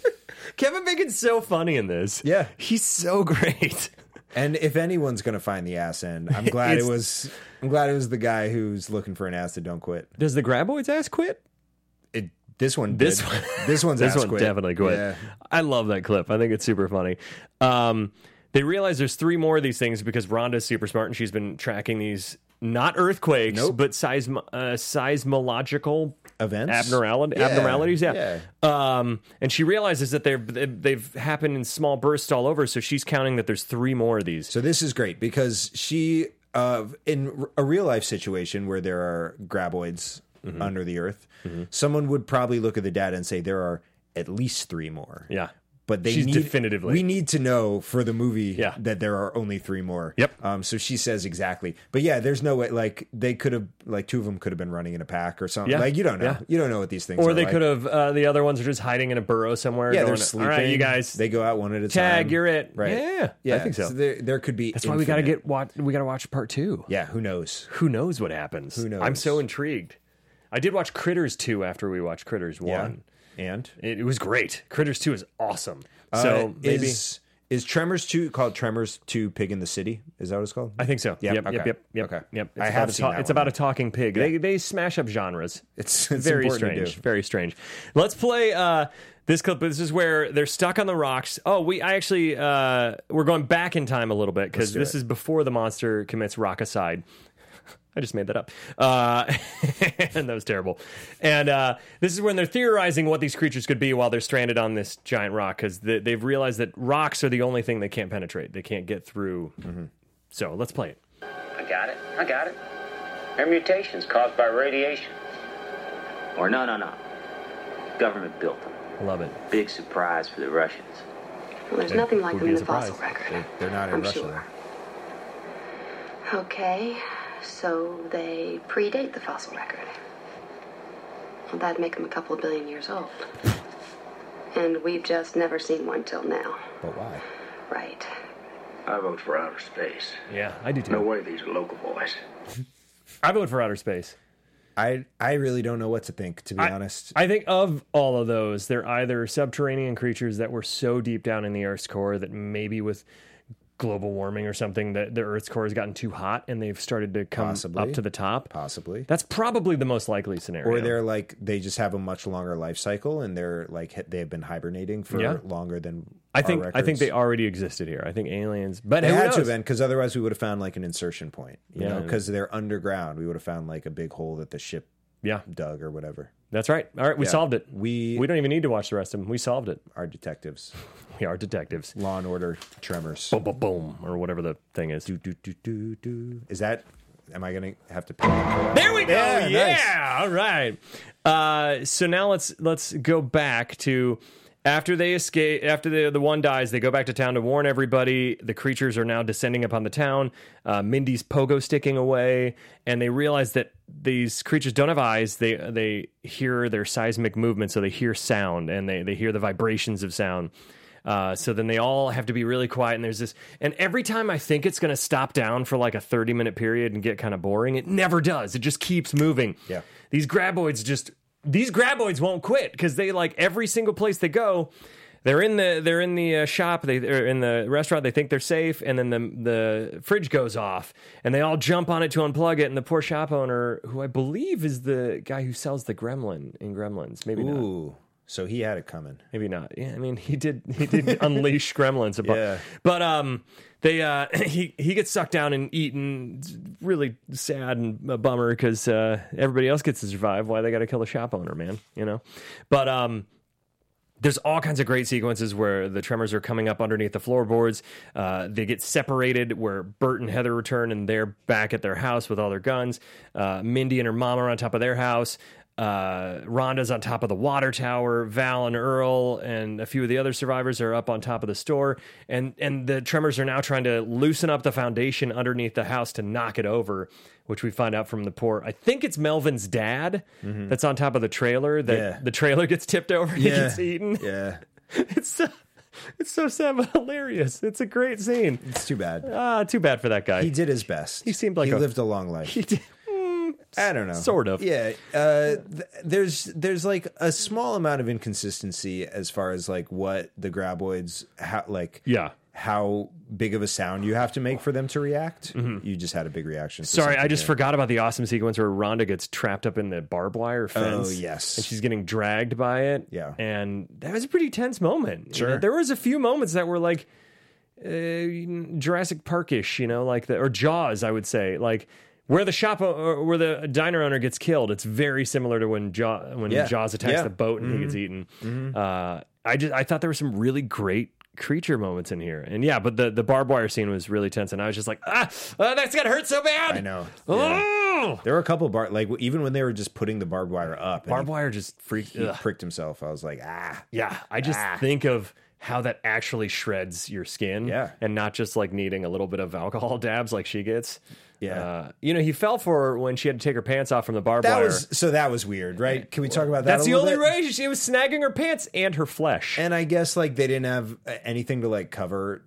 (laughs) Kevin Bacon's so funny in this. Yeah. he's so great. And if anyone's gonna find the ass end, (laughs) I'm glad it It's- was. I'm glad it was the guy who's looking for an ass that don't quit. (laughs) Does the graboid's ass quit? It, this one. This did. one- This one's (laughs) This ass one quit. definitely quit. Yeah. I love that clip. I think it's super funny. Um, they realize there's three more of these things because Rhonda's super smart and she's been tracking these not earthquakes Nope. but seism- uh, seismological Events? abnormality Yeah, abnormalities. Yeah. Um, and she realizes that they're they've happened in small bursts all over. So she's counting that there's three more of these. So this is great because she, uh, in r- a real life situation where there are graboids Mm-hmm. under the earth, someone would probably look at the data and say there are at least three more. yeah. But they She's need, definitively- we need to know for the movie Yeah. that there are only three more. Yep. Um. So she says exactly. But yeah, there's no way. Like they could have like two of them could have been running in a pack or something. Yeah. Like you don't know. Yeah. You don't know what these things. Or are they like. could have uh, the other ones are just hiding in a burrow somewhere. Yeah, they're going, sleeping. All right, you guys. They go out one at a time. Tag, you're it. Right. Yeah, I think so. there, there could be. That's why we got to infinite- get watch. We got to watch part two. Yeah. Who knows? Who knows what happens? Who knows? I'm so intrigued. I did watch Critters two after we watched Critters one. And It, it was great. Critters two is awesome. Uh, So maybe is, Is Tremors two called Tremors two Pig in the City? Is that what it's called? I think so. Yep, Yep. okay, Yep. Yep. Yep. okay. Yep. I have about a seen that It's one. about a talking pig. They they smash up genres. It's- it's very important to strange. do. Very strange. Let's play uh, this clip. This is where they're stuck on the rocks. Oh, we I actually uh, we're going back in time a little bit because do this it. is before the monster commits rockicide. (laughs) I just made that up. Uh, (laughs) and that was terrible. And uh, this is when they're theorizing what these creatures could be while they're stranded on this giant rock because they, they've realized that rocks are the only thing they can't penetrate. They can't get through. Mm-hmm. So let's play it. I got it. I got it. They're mutations caused by radiation. Or no, no, no. Government built them. Love it. Big surprise for the Russians. Well, there's nothing like would them be in a the fossil surprise. record. They- they're not in I'm Russia, sure. Okay, so they predate the fossil record. Well, that'd make them a couple of billion years old. And we've just never seen one till now, But why? right? I vote for outer space. Yeah, I do too. way these are local boys. I vote for outer space. I I really don't know what to think. To be honest, I think of all of those, they're either subterranean creatures that were so deep down in the Earth's core that maybe with global warming or something that the Earth's core has gotten too hot and they've started to come Possibly. up to the top. possibly. That's probably the most likely scenario. or they're like they just have a much longer life cycle and they're like hi- they've been hibernating for Yeah. longer than I our think I think records. they already existed here. I think aliens, but They who had to have knows? been because otherwise we would have found like an insertion point, you know, Yeah. because they're underground. We would have found like a big hole that the ship Yeah, dug or whatever. that's right. All right, we Yeah. solved it. We- we don't even need to watch the rest of them. We solved it. Our detectives, We are detectives. Law and Order, Tremors. Boom, boom, boom, or whatever the thing is. Do, do, do, do, do. Is that? Am I gonna have to? Pay for that? There we go. Yeah, Yeah. nice. All right. Uh, so now let's let's go back to after they escape. After the the one dies, they go back to town to warn everybody. The creatures are now descending upon the town. Uh, Mindy's pogo sticking away, and they realize that these creatures don't have eyes. They they hear their seismic movement, so they hear sound and they they hear the vibrations of sound. Uh, so then they all have to be really quiet, and there's this. And every time I think it's going to stop down for like a 30 minute period and get kind of boring, it never does. It just keeps moving. Yeah. These graboids just these graboids won't quit because they like every single place they go. They're in the they're in the uh, shop they are in the restaurant they think they're safe and then the the fridge goes off and they all jump on it to unplug it and the poor shop owner who I believe is the guy who sells the gremlin in Gremlins maybe not Ooh, so he had it coming. maybe not. Yeah, I mean, he did he did unleash gremlins a bunch. Yeah. But um they uh (clears throat) he he gets sucked down and eaten It's really sad and a bummer cuz uh everybody else gets to survive why they got to kill the shop owner, man, you know. But um there's all kinds of great sequences where the tremors are coming up underneath the floorboards. Uh, they get separated, where Bert and Heather return, and they're back at their house with all their guns. Uh, Mindy and her mom are on top of their house. Uh, Rhonda's on top of the water tower. Val and Earl and a few of the other survivors are up on top of the store, and and the tremors are now trying to loosen up the foundation underneath the house to knock it over, which we find out from the poor. I think it's Melvin's dad that's on top of the trailer. That Yeah. the trailer gets tipped over. and He gets eaten. Yeah, (laughs) It's so, it's so sad but hilarious. It's a great scene. it's too bad. Ah, too bad for that guy. He did his best. He seemed like he a- lived a long life. He did- I don't know. Sort of. Yeah. Uh, th- there's there's like a small amount of inconsistency as far as like what the graboids how like Yeah. how big of a sound you have to make for them to react. You just had a big reaction. to Mm-hmm. Sorry, I something just there. forgot about the awesome sequence where Rhonda gets trapped up in the barbed wire fence. Oh, yes. and she's getting dragged by it. Yeah. and that was a pretty tense moment. You Sure. know, there was a few moments that were like uh, Jurassic Parkish, you know, like the or Jaws. I would say like. Where the shop o- or where the diner owner gets killed, it's very similar to when Jaw, when Yeah. Jaws attacks Yeah. the boat and he Mm-hmm. gets eaten. Uh, I just I thought there were some really great creature moments in here, and yeah, but the the barbed wire scene was really tense, and I was just like, ah, ah, that's gonna hurt so bad. I know. Yeah. Oh! There were a couple bar like even when they were just putting the barbed wire up, and Barbed wire just freaked. He, he ugh. pricked himself. I was like, ah, Yeah, I just think of how that actually shreds your skin. Yeah. and not just like needing a little bit of alcohol (laughs) dabs like she gets. Yeah. uh, you know, he fell for her when she had to take her pants off from the barbed that wire. was so. That was weird, right? Can we talk about that? That's a the little only bit? reason she was snagging her pants and her flesh. and I guess like they didn't have uh, anything to like cover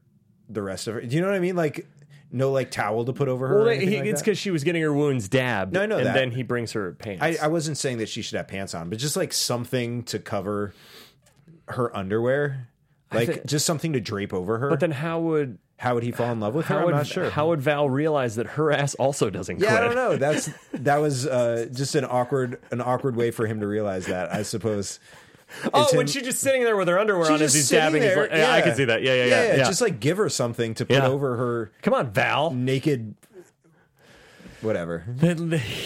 the rest of her. Do you know what I mean? Like no like towel to put over her. well, or they- anything he, like it's that? because she was getting her wounds dabbed. No, I know And that. then he brings her pants. I, I wasn't saying that she should have pants on, but just like something to cover her underwear. Like thi- just something to drape over her. But then how would how would he fall in love with her? how I'm would not sure. how would Val realize that her ass also doesn't yeah, quit? I don't know. That's that was uh, just an awkward an awkward way for him to realize that, I suppose. (laughs) Oh, It's when him- she's just sitting there with her underwear She's on as just he's sitting dabbing, he's there, like, yeah, I can see that. Yeah, yeah, yeah. yeah, Just like give her something to put Yeah. over her come on, (laughs) Val. naked whatever. that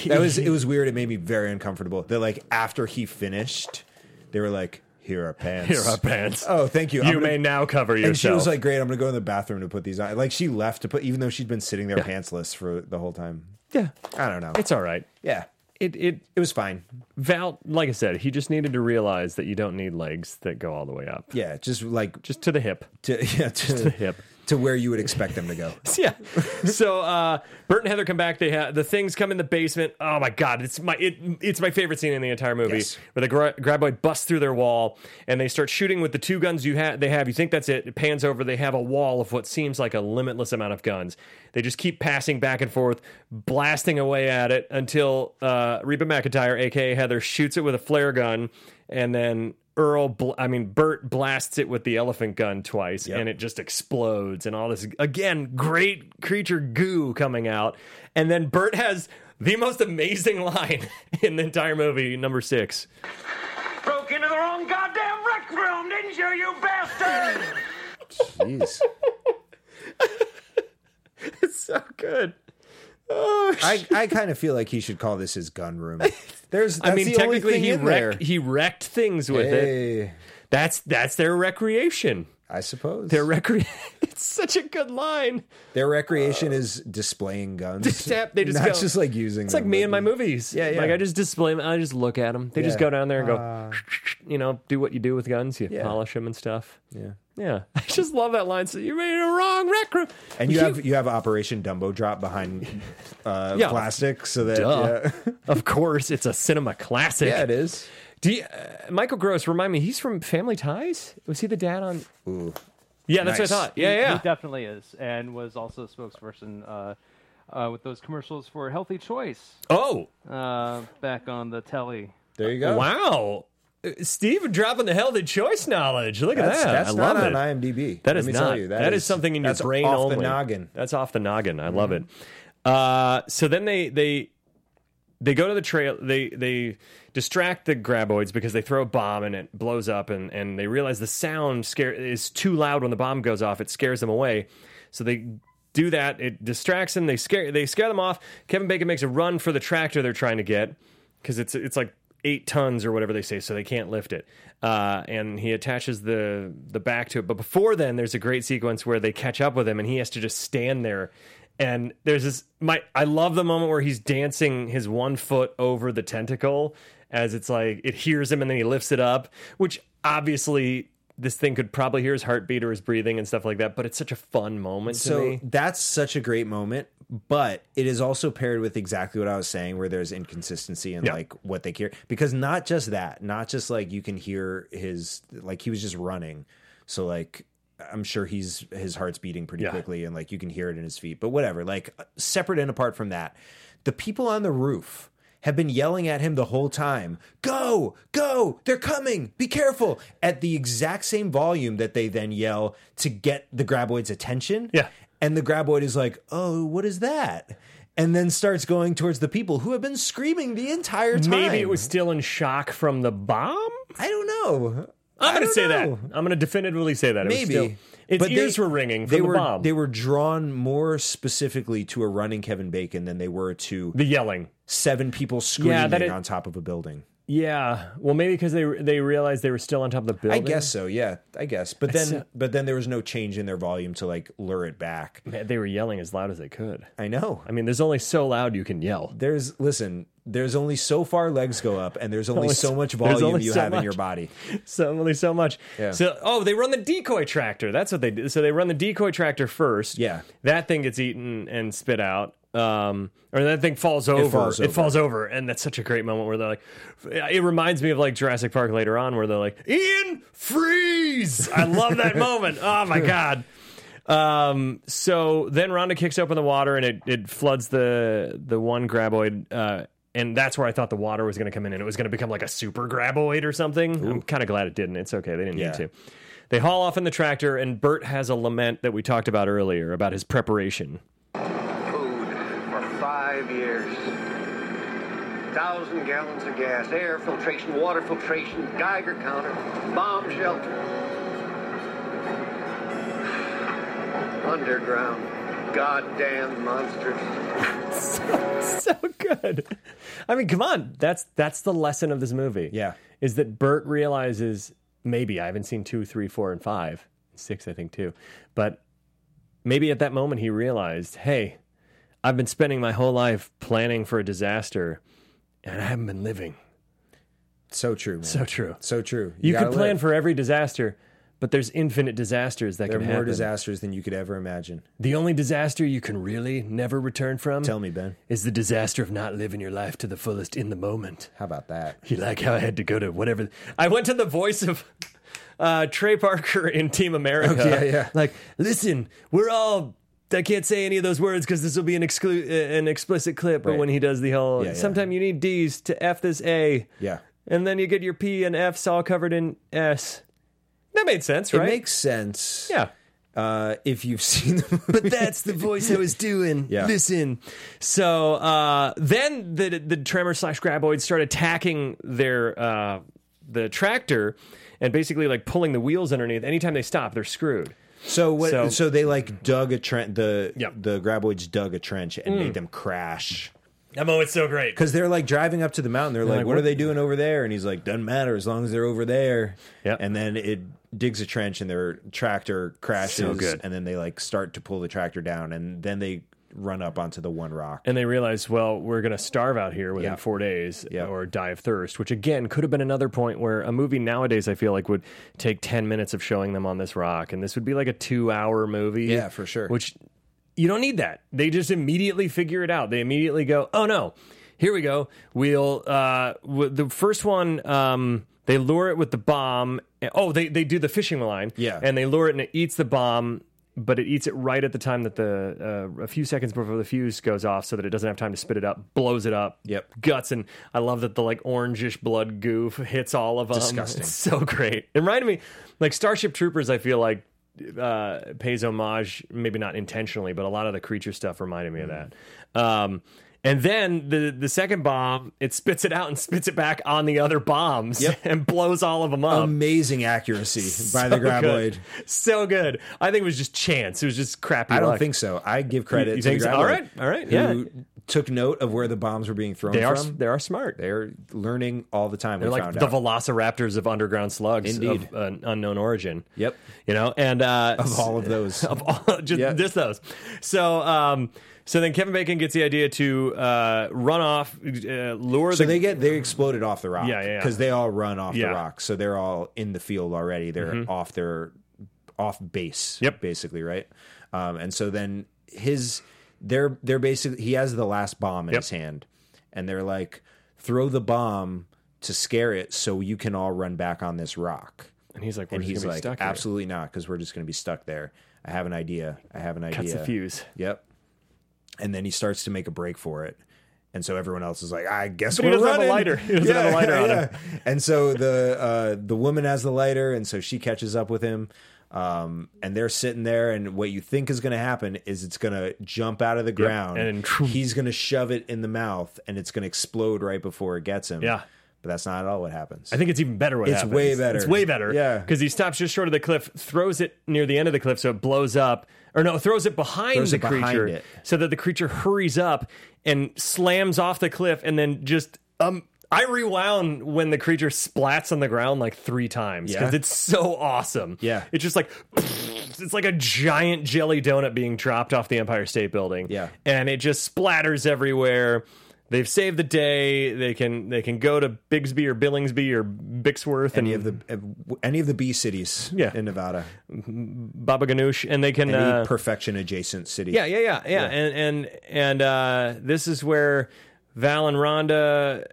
That was it was weird. It made me very uncomfortable. That like after he finished, they were like, "Here are pants. here are pants. Oh, thank you. I'm you gonna- may now cover yourself. And she was like, "Great, I'm gonna go in the bathroom to put these on." Like she left to put, even though she'd been sitting there pantsless for the whole time. yeah, I don't know. it's all right. yeah, It it it was fine. Val, like I said, he just needed to realize that you don't need legs that go all the way up, Yeah, just like just to the hip. to (laughs) yeah to, the hip. to where you would expect them (laughs) to go. yeah. So uh, Bert and Heather come back. They ha- the things come in the basement. Oh my god, it's my it, it's my favorite scene in the entire movie Yes. where the gra- graboid busts through their wall and they start shooting with the two guns you ha- they have. You think that's it? It pans over. They have a wall of what seems like a limitless amount of guns. They just keep passing back and forth, blasting away at it until uh, Reba McIntyre, aka Heather, shoots it with a flare gun, and then. Earl, bl- I mean Bert, blasts it with the elephant gun twice, and it just explodes, and all this again, great creature goo coming out, and then Bert has the most amazing (laughs) line in the entire movie, number six. Broke into the wrong goddamn rec room, didn't you, you bastard? Jeez, (laughs) So good. (laughs) I I kind of feel like he should call this his gun room. There's that's I mean, the only technically, thing he in there. wrecked, he wrecked things with it. Hey, That's that's their recreation. I suppose Their recre. (laughs) it's such a good line. Their recreation is displaying guns. Just tap- they just not go- just like using. It's like them, me but- and my movies. Yeah, yeah. Like I just display them. I just look at them. They just Yeah. Ah. go down there and go, (laughs) you know, do what you do with guns. You polish them and stuff. Yeah. Yeah. (laughs) I just love that line. So you made a wrong rec room. And you have you have Operation Dumbo Drop behind uh, (laughs) Yeah. plastic, so that Duh. yeah. (laughs) of course, it's a cinema classic. yeah, it is. Do you, uh, Michael Gross, remind me, he's from Family Ties? Was he the dad on. Ooh. Yeah, that's Nice. what I thought. He- Yeah, He yeah. definitely is, and was also a spokesperson uh, uh, with those commercials for Healthy Choice Oh, uh, back on the telly. There you go. wow. Uh, Steve dropping the healthy choice knowledge. Look at That's, that. that's I not love on it. IMDb. That Let is me not. Tell you, that is, something in your that's brain off only. the noggin. Mm-hmm. That's off the noggin. I love it. Uh, so then they they they go to the trail. They they distract the graboids because they throw a bomb and it blows up, and and they realize the sound scare is too loud when the bomb goes off. It scares them away, so they. Do that. It distracts them. They scare. They scare them off. Kevin Bacon makes a run for the tractor they're trying to get because it's it's like eight tons or whatever they say, so they can't lift it. Uh, and he attaches the the back to it. But before then, there's a great sequence where they catch up with him, and he has to just stand there. And there's this my I love the moment where he's dancing his one foot over the tentacle as it's like it hears him, and then he lifts it up, which obviously. This thing could probably hear his heartbeat or his breathing and stuff like that, but it's such a fun moment to So me. that's such a great moment, but it is also paired with exactly what I was saying, where there's inconsistency in Yeah. like what they hear. Because not just that, not just like you can hear his like he was just running, so like I'm sure he's his heart's beating pretty Yeah. quickly, and like you can hear it in his feet. But whatever, like separate and apart from that, the people on the roof. Have been yelling at him the whole time. Go, go! They're coming! Be careful! At the exact same volume that they then yell to get the graboid's attention. Yeah. And the graboid is like, oh, what is that? And then starts going towards the people who have been screaming the entire time. Maybe it was still in shock from the bomb. I don't know. I'm I going to don't say that. know. I'm going to definitively say that. It was Maybe. still- its But ears were ringing from they the were, bomb. They were drawn more specifically to a running Kevin Bacon than they were to the yelling. seven people screaming that it- on top of a building. Yeah. Well, maybe because they they realized they were still on top of the I building. guess so, yeah. I guess. But then but then there was no change in their volume to like lure it back. Man, they were yelling as loud as they could. I know. I mean, there's only so loud you can yell. There's listen, there's only so far legs go up and there's only, Only so- so much there's volume only you so have much. in your body. (laughs) So only so much. Yeah. So oh, they run the decoy tractor. That's what they do. So they run the decoy tractor first. Yeah. That thing gets eaten and spit out. Um, or that thing falls over. falls It over. falls over, and that's such a great moment where they're like, it reminds me of like Jurassic Park later on, where they're like, Ian, freeze! I love (laughs) that moment. Oh my god. Um, so then Rhonda kicks open the water and it, it floods the the one graboid uh, And that's where I thought the water was going to come in and it was going to become like a super graboid or something. I'm kind of glad it didn't. It's okay. They didn't Yeah. need to. They haul off in the tractor, and Bert has a lament that we talked about earlier about his preparation. food for five years. Thousand gallons of gas, air filtration, water filtration, Geiger counter, bomb shelter. Underground. Goddamn monsters. (laughs) so good. I mean, come on. That's that's the lesson of this movie. Yeah. Is that Bert realizes maybe I haven't seen two, three, four, and five. Six, I think too. But maybe at that moment he realized, hey, I've been spending my whole life planning for a disaster and I haven't been living. So true, man. So true. So true. You, gotta could plan live. for every disaster, but there's infinite disasters that There are can more happen. disasters than you could ever imagine. the only disaster you can really never return from Tell me, Ben. is the disaster of not living your life to the fullest in the moment. How about that? You like how I had to go to whatever? I went to the voice of uh, Trey Parker in Team America. Oh, yeah, yeah. Like, listen, we're all. I can't say any of those words because this will be an exclu- uh, an explicit clip. But Right. when he does the whole, Yeah, yeah. sometime you need D's to F this A, Yeah. and then you get your P and F's all covered in S. That made sense, right? It makes sense. yeah. Uh, if you've (laughs) seen the movie. But that's the voice I was doing. Yeah. Listen. So uh, then the the tremor slash graboids start attacking their uh, the tractor and basically like pulling the wheels underneath. Anytime they stop, they're screwed. (laughs) So what? So- So, they like dug a trench. The Yep. the graboids dug a trench and Mm. made them crash That moment's so great. because they're like driving up to the mountain. They're like, like, "What are "What?" they doing over there?" And he's like, "Doesn't matter as long as they're over there." Yep. And then it digs a trench and their tractor crashes. So good. And then they like start to pull the tractor down and then they run up onto the one rock. And they realize, well, we're going to starve out here within Yeah. four days Yeah. or die of thirst, which again could have been another point where a movie nowadays I feel like would take 10 minutes of showing them on this rock. And this would be like a two hour movie. Yeah, for sure. Which you don't need that. They just immediately figure it out. They immediately go, oh no, here we go. We'll, uh, w- the first one, um, they lure it with the bomb. Oh, they, they do the fishing line. Yeah. And they lure it and it eats the bomb, but it eats it right at the time that the, uh, a few seconds before the fuse goes off so that it doesn't have time to spit it up, blows it up. Yep. Guts. And I love that the like orangish blood goof hits all of them. Disgusting. It's so great. It reminded me, like Starship Troopers, I feel like uh pays homage maybe not intentionally but a lot of the creature stuff reminded me of that um and then the the second bomb it spits it out and spits it back on the other bombs Yep. (laughs) and blows all of them up (laughs) Amazing accuracy by the Um, So good. graboid. So good. I think it was just chance. It was just crappy. I don't luck. think so. I give credit You- you to think the so? graboid. All right, all right, Who took note of where the bombs were being thrown they are. from. They are smart. They're, They're learning all the time. we like found the out. Velociraptors of underground slugs Indeed. of an unknown origin. Yep. You know, and uh, of all of (laughs) those. of all just, Yeah. just those. So, um, so then Kevin Bacon gets the idea to uh, run off, uh, lure So the they get they exploded off the rock. Yeah, yeah, yeah. Because they all run off Yeah. Mm-hmm. the rock, so they're all in the field already. They're off their off base. Yep. basically right. Um, and so then his they're they're basically he has the last bomb in Yep. his hand, and they're like throw the bomb to scare it so you can all run back on this rock. and he's like, we're And just he's gonna be like, stuck here. absolutely not, because we're just going to be stuck there. I have an idea. I have an idea. cuts the fuse. Yep. And then he starts to make a break for it. And so everyone else is like, I guess he we're doesn't have a running. lighter. He doesn't have a lighter on him. And so the uh, the woman has the lighter, and so she catches up with him. Um, and they're sitting there, and what you think is going to happen is it's going to jump out of the ground, and- (laughs) he's going to shove it in the mouth, and it's going to explode right before it gets him. Yeah. but that's not at all what happens. I think it's even better. What It's happens. way better. It's way better. Yeah. because he stops just short of the cliff, throws it near the end of the cliff, so it blows up. Or no, throws it behind Throws the it behind creature, it. so that the creature hurries up and slams off the cliff, and then just um. I rewound when the creature splats on the ground like three times because Yeah. it's so awesome. Yeah. it's just like (laughs) it's like a giant jelly donut being dropped off the Empire State Building. Yeah. and it just splatters everywhere. They've saved the day. They can they can go to Bigsby or Billingsby or Bixworth any and of the any of the B cities Yeah. in Nevada, Baba Ganoush, and they can any uh, perfection adjacent city. yeah, yeah, yeah, yeah, and and and uh, this is where Val and Rhonda,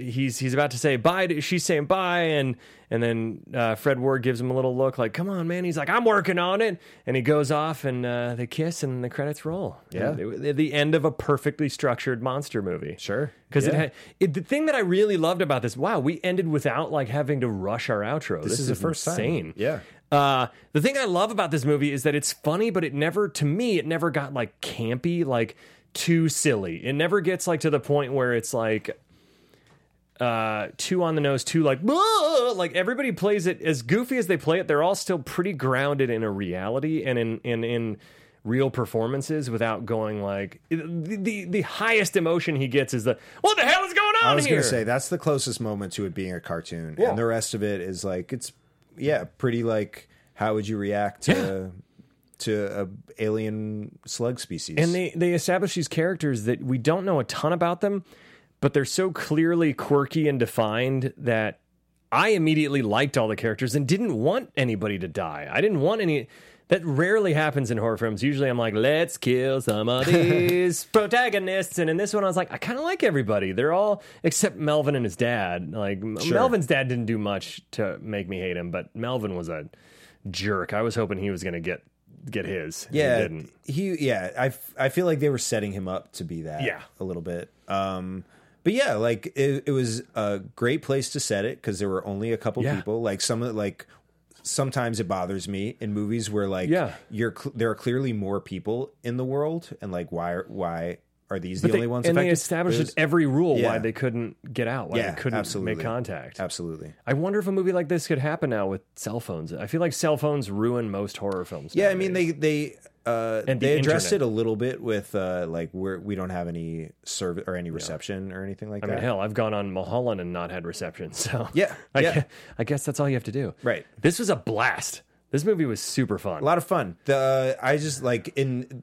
uh, he's he's about to say bye. To, she's saying bye, and and then uh, Fred Ward gives him a little look, like "Come on, man." He's like, "I'm working on it," and he goes off, and uh, they kiss, and the credits roll. Yeah. And the- the end of a perfectly structured monster movie. Sure. because it Yeah. had it, the thing that I really loved about this. Wow, we ended without like having to rush our outro. This, is the first time. insane. Yeah. Uh, the thing I love about this movie is that it's funny, but it never, to me, it never got like campy, like too silly. It never gets like to the point where it's like uh, too on the nose, too like, "Whoa!" like everybody plays it as goofy as they play it. They're all still pretty grounded in a reality and in in in real performances without going like the the, the highest emotion he gets is the what the hell is going on I was here? going to say that's the closest moment to it being a cartoon, Yeah. and the rest of it is like it's yeah, pretty like how would you react to to a alien slug species? and they they establish these characters that we don't know a ton about them but they're so clearly quirky and defined that i immediately liked all the characters and didn't want anybody to die i didn't want any that rarely happens in horror films usually i'm like let's kill some of these protagonists and in this one i was like i kind of like everybody they're all except melvin and his dad like M- melvin's dad didn't do much to make me hate him but melvin was a jerk i was hoping he was going to get get his He yeah, didn't. he yeah, I f- I feel like they were setting him up to be that Yeah. a little bit. Um, but yeah, like it, it was a great place to set it because there were only a couple Yeah. people. Like some of like sometimes it bothers me in movies where like Yeah. you're cl- there are clearly more people in the world and like why are- why are these the But only they- ones and they affected? established There's- every rule why Yeah. they couldn't get out, why Yeah, they couldn't absolutely. make contact. absolutely. I wonder if a movie like this could happen now with cell phones. I feel like cell phones ruin most horror films. Yeah, I mean nowadays. they they uh, And the they addressed internet. it a little bit with uh, like we're we don't have any service or any reception or anything like I that. mean, hell, I've gone on Mulholland and not had reception. (laughs) So Yeah, I, yeah. gue- I guess that's all you have to do. Right. This was a blast. This movie was super fun. a lot of fun. The uh, I just like in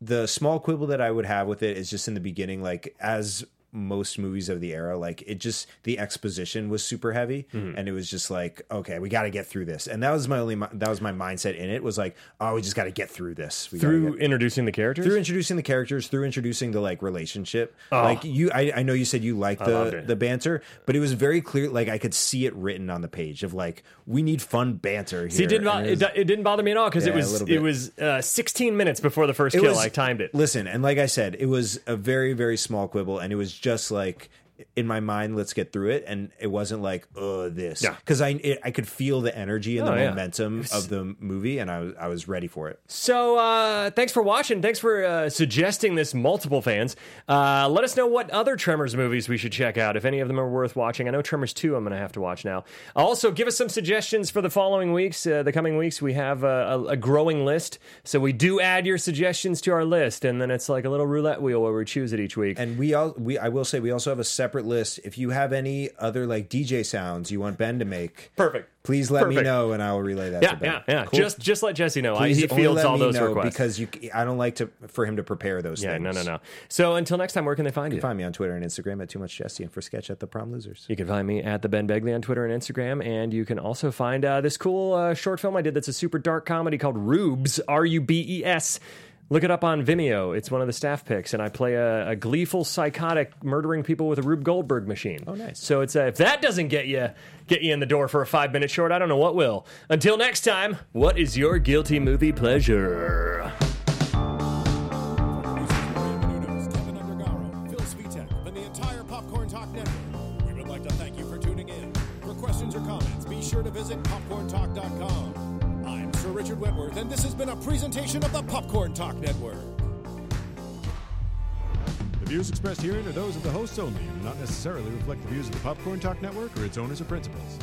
the small quibble that I would have with it is just in the beginning, like as most movies of the era, like it just the exposition was super heavy, Mm-hmm. and it was just like, okay, we got to get through this, and that was my only mi- that was my mindset in it was like, oh, we just got to get through this we gotta through get- introducing the characters. Oh. through introducing the characters, through introducing the like relationship. Like you, I, I know you said you liked loved the it. the banter, but it was very clear. Like I could see it written on the page of like, we need fun banter here. See, it didn't, bo- And it, was- it didn't bother me at all because Yeah, it a was little it bit. was uh, 16 minutes before the first it kill. was- I timed it. Listen, and like I said, it was a very, very small quibble, and it was just like in my mind, let's get through it, and it wasn't like, uh, this, Yeah. because I it, I could feel the energy and Oh, the yeah. momentum of the movie, and I was I was ready for it. So, uh, thanks for watching. Thanks for uh, suggesting this, multiple fans. Uh, let us know what other Tremors movies we should check out, if any of them are worth watching. I know Tremors 2 I'm going to have to watch now. Also, give us some suggestions for the following weeks, uh, the coming weeks. We have a, a, a growing list. So, we do add your suggestions to our list, and then it's like a little roulette wheel where we choose it each week. And we all we I will say we also have a separate list. If you have any other like DJ sounds you want Ben to make, Perfect. Please let me Perfect. know, and I will relay that. yeah, to Ben. yeah, yeah. Cool. Just, just let Jesse know. I, Please he only fields let all me those know requests. because you. I don't like to for him to prepare those. yeah, things. no, no, no. So, until next time, where can they find you? Find me on Twitter and Instagram at Too Much Jesse and for sketch at the Prom Losers. You can find me at the Ben Begley on Twitter and Instagram, and you can also find uh, this cool uh, short film I did that's a super dark comedy called Rubes R U B E S. Look it up on Vimeo. It's one of the staff picks, and I play a, a gleeful psychotic murdering people with a Rube Goldberg machine. Oh, nice. So it's uh, if that doesn't get you get you in the door for a five minute short, I don't know what will. Until next time, what is your guilty movie pleasure? Producers Maria Menounos, Kevin Undergaro, Phil Svitek, and the entire Popcorn Talk Network. We would like to thank you for tuning in. For questions or comments, be sure to visit popcorntalk.com. I'm Sir Richard Wentworth, and this has been a presentation of the Popcorn Talk Network. The views expressed herein are those of the hosts only and do not necessarily reflect the views of the Popcorn Talk Network or its owners or principals.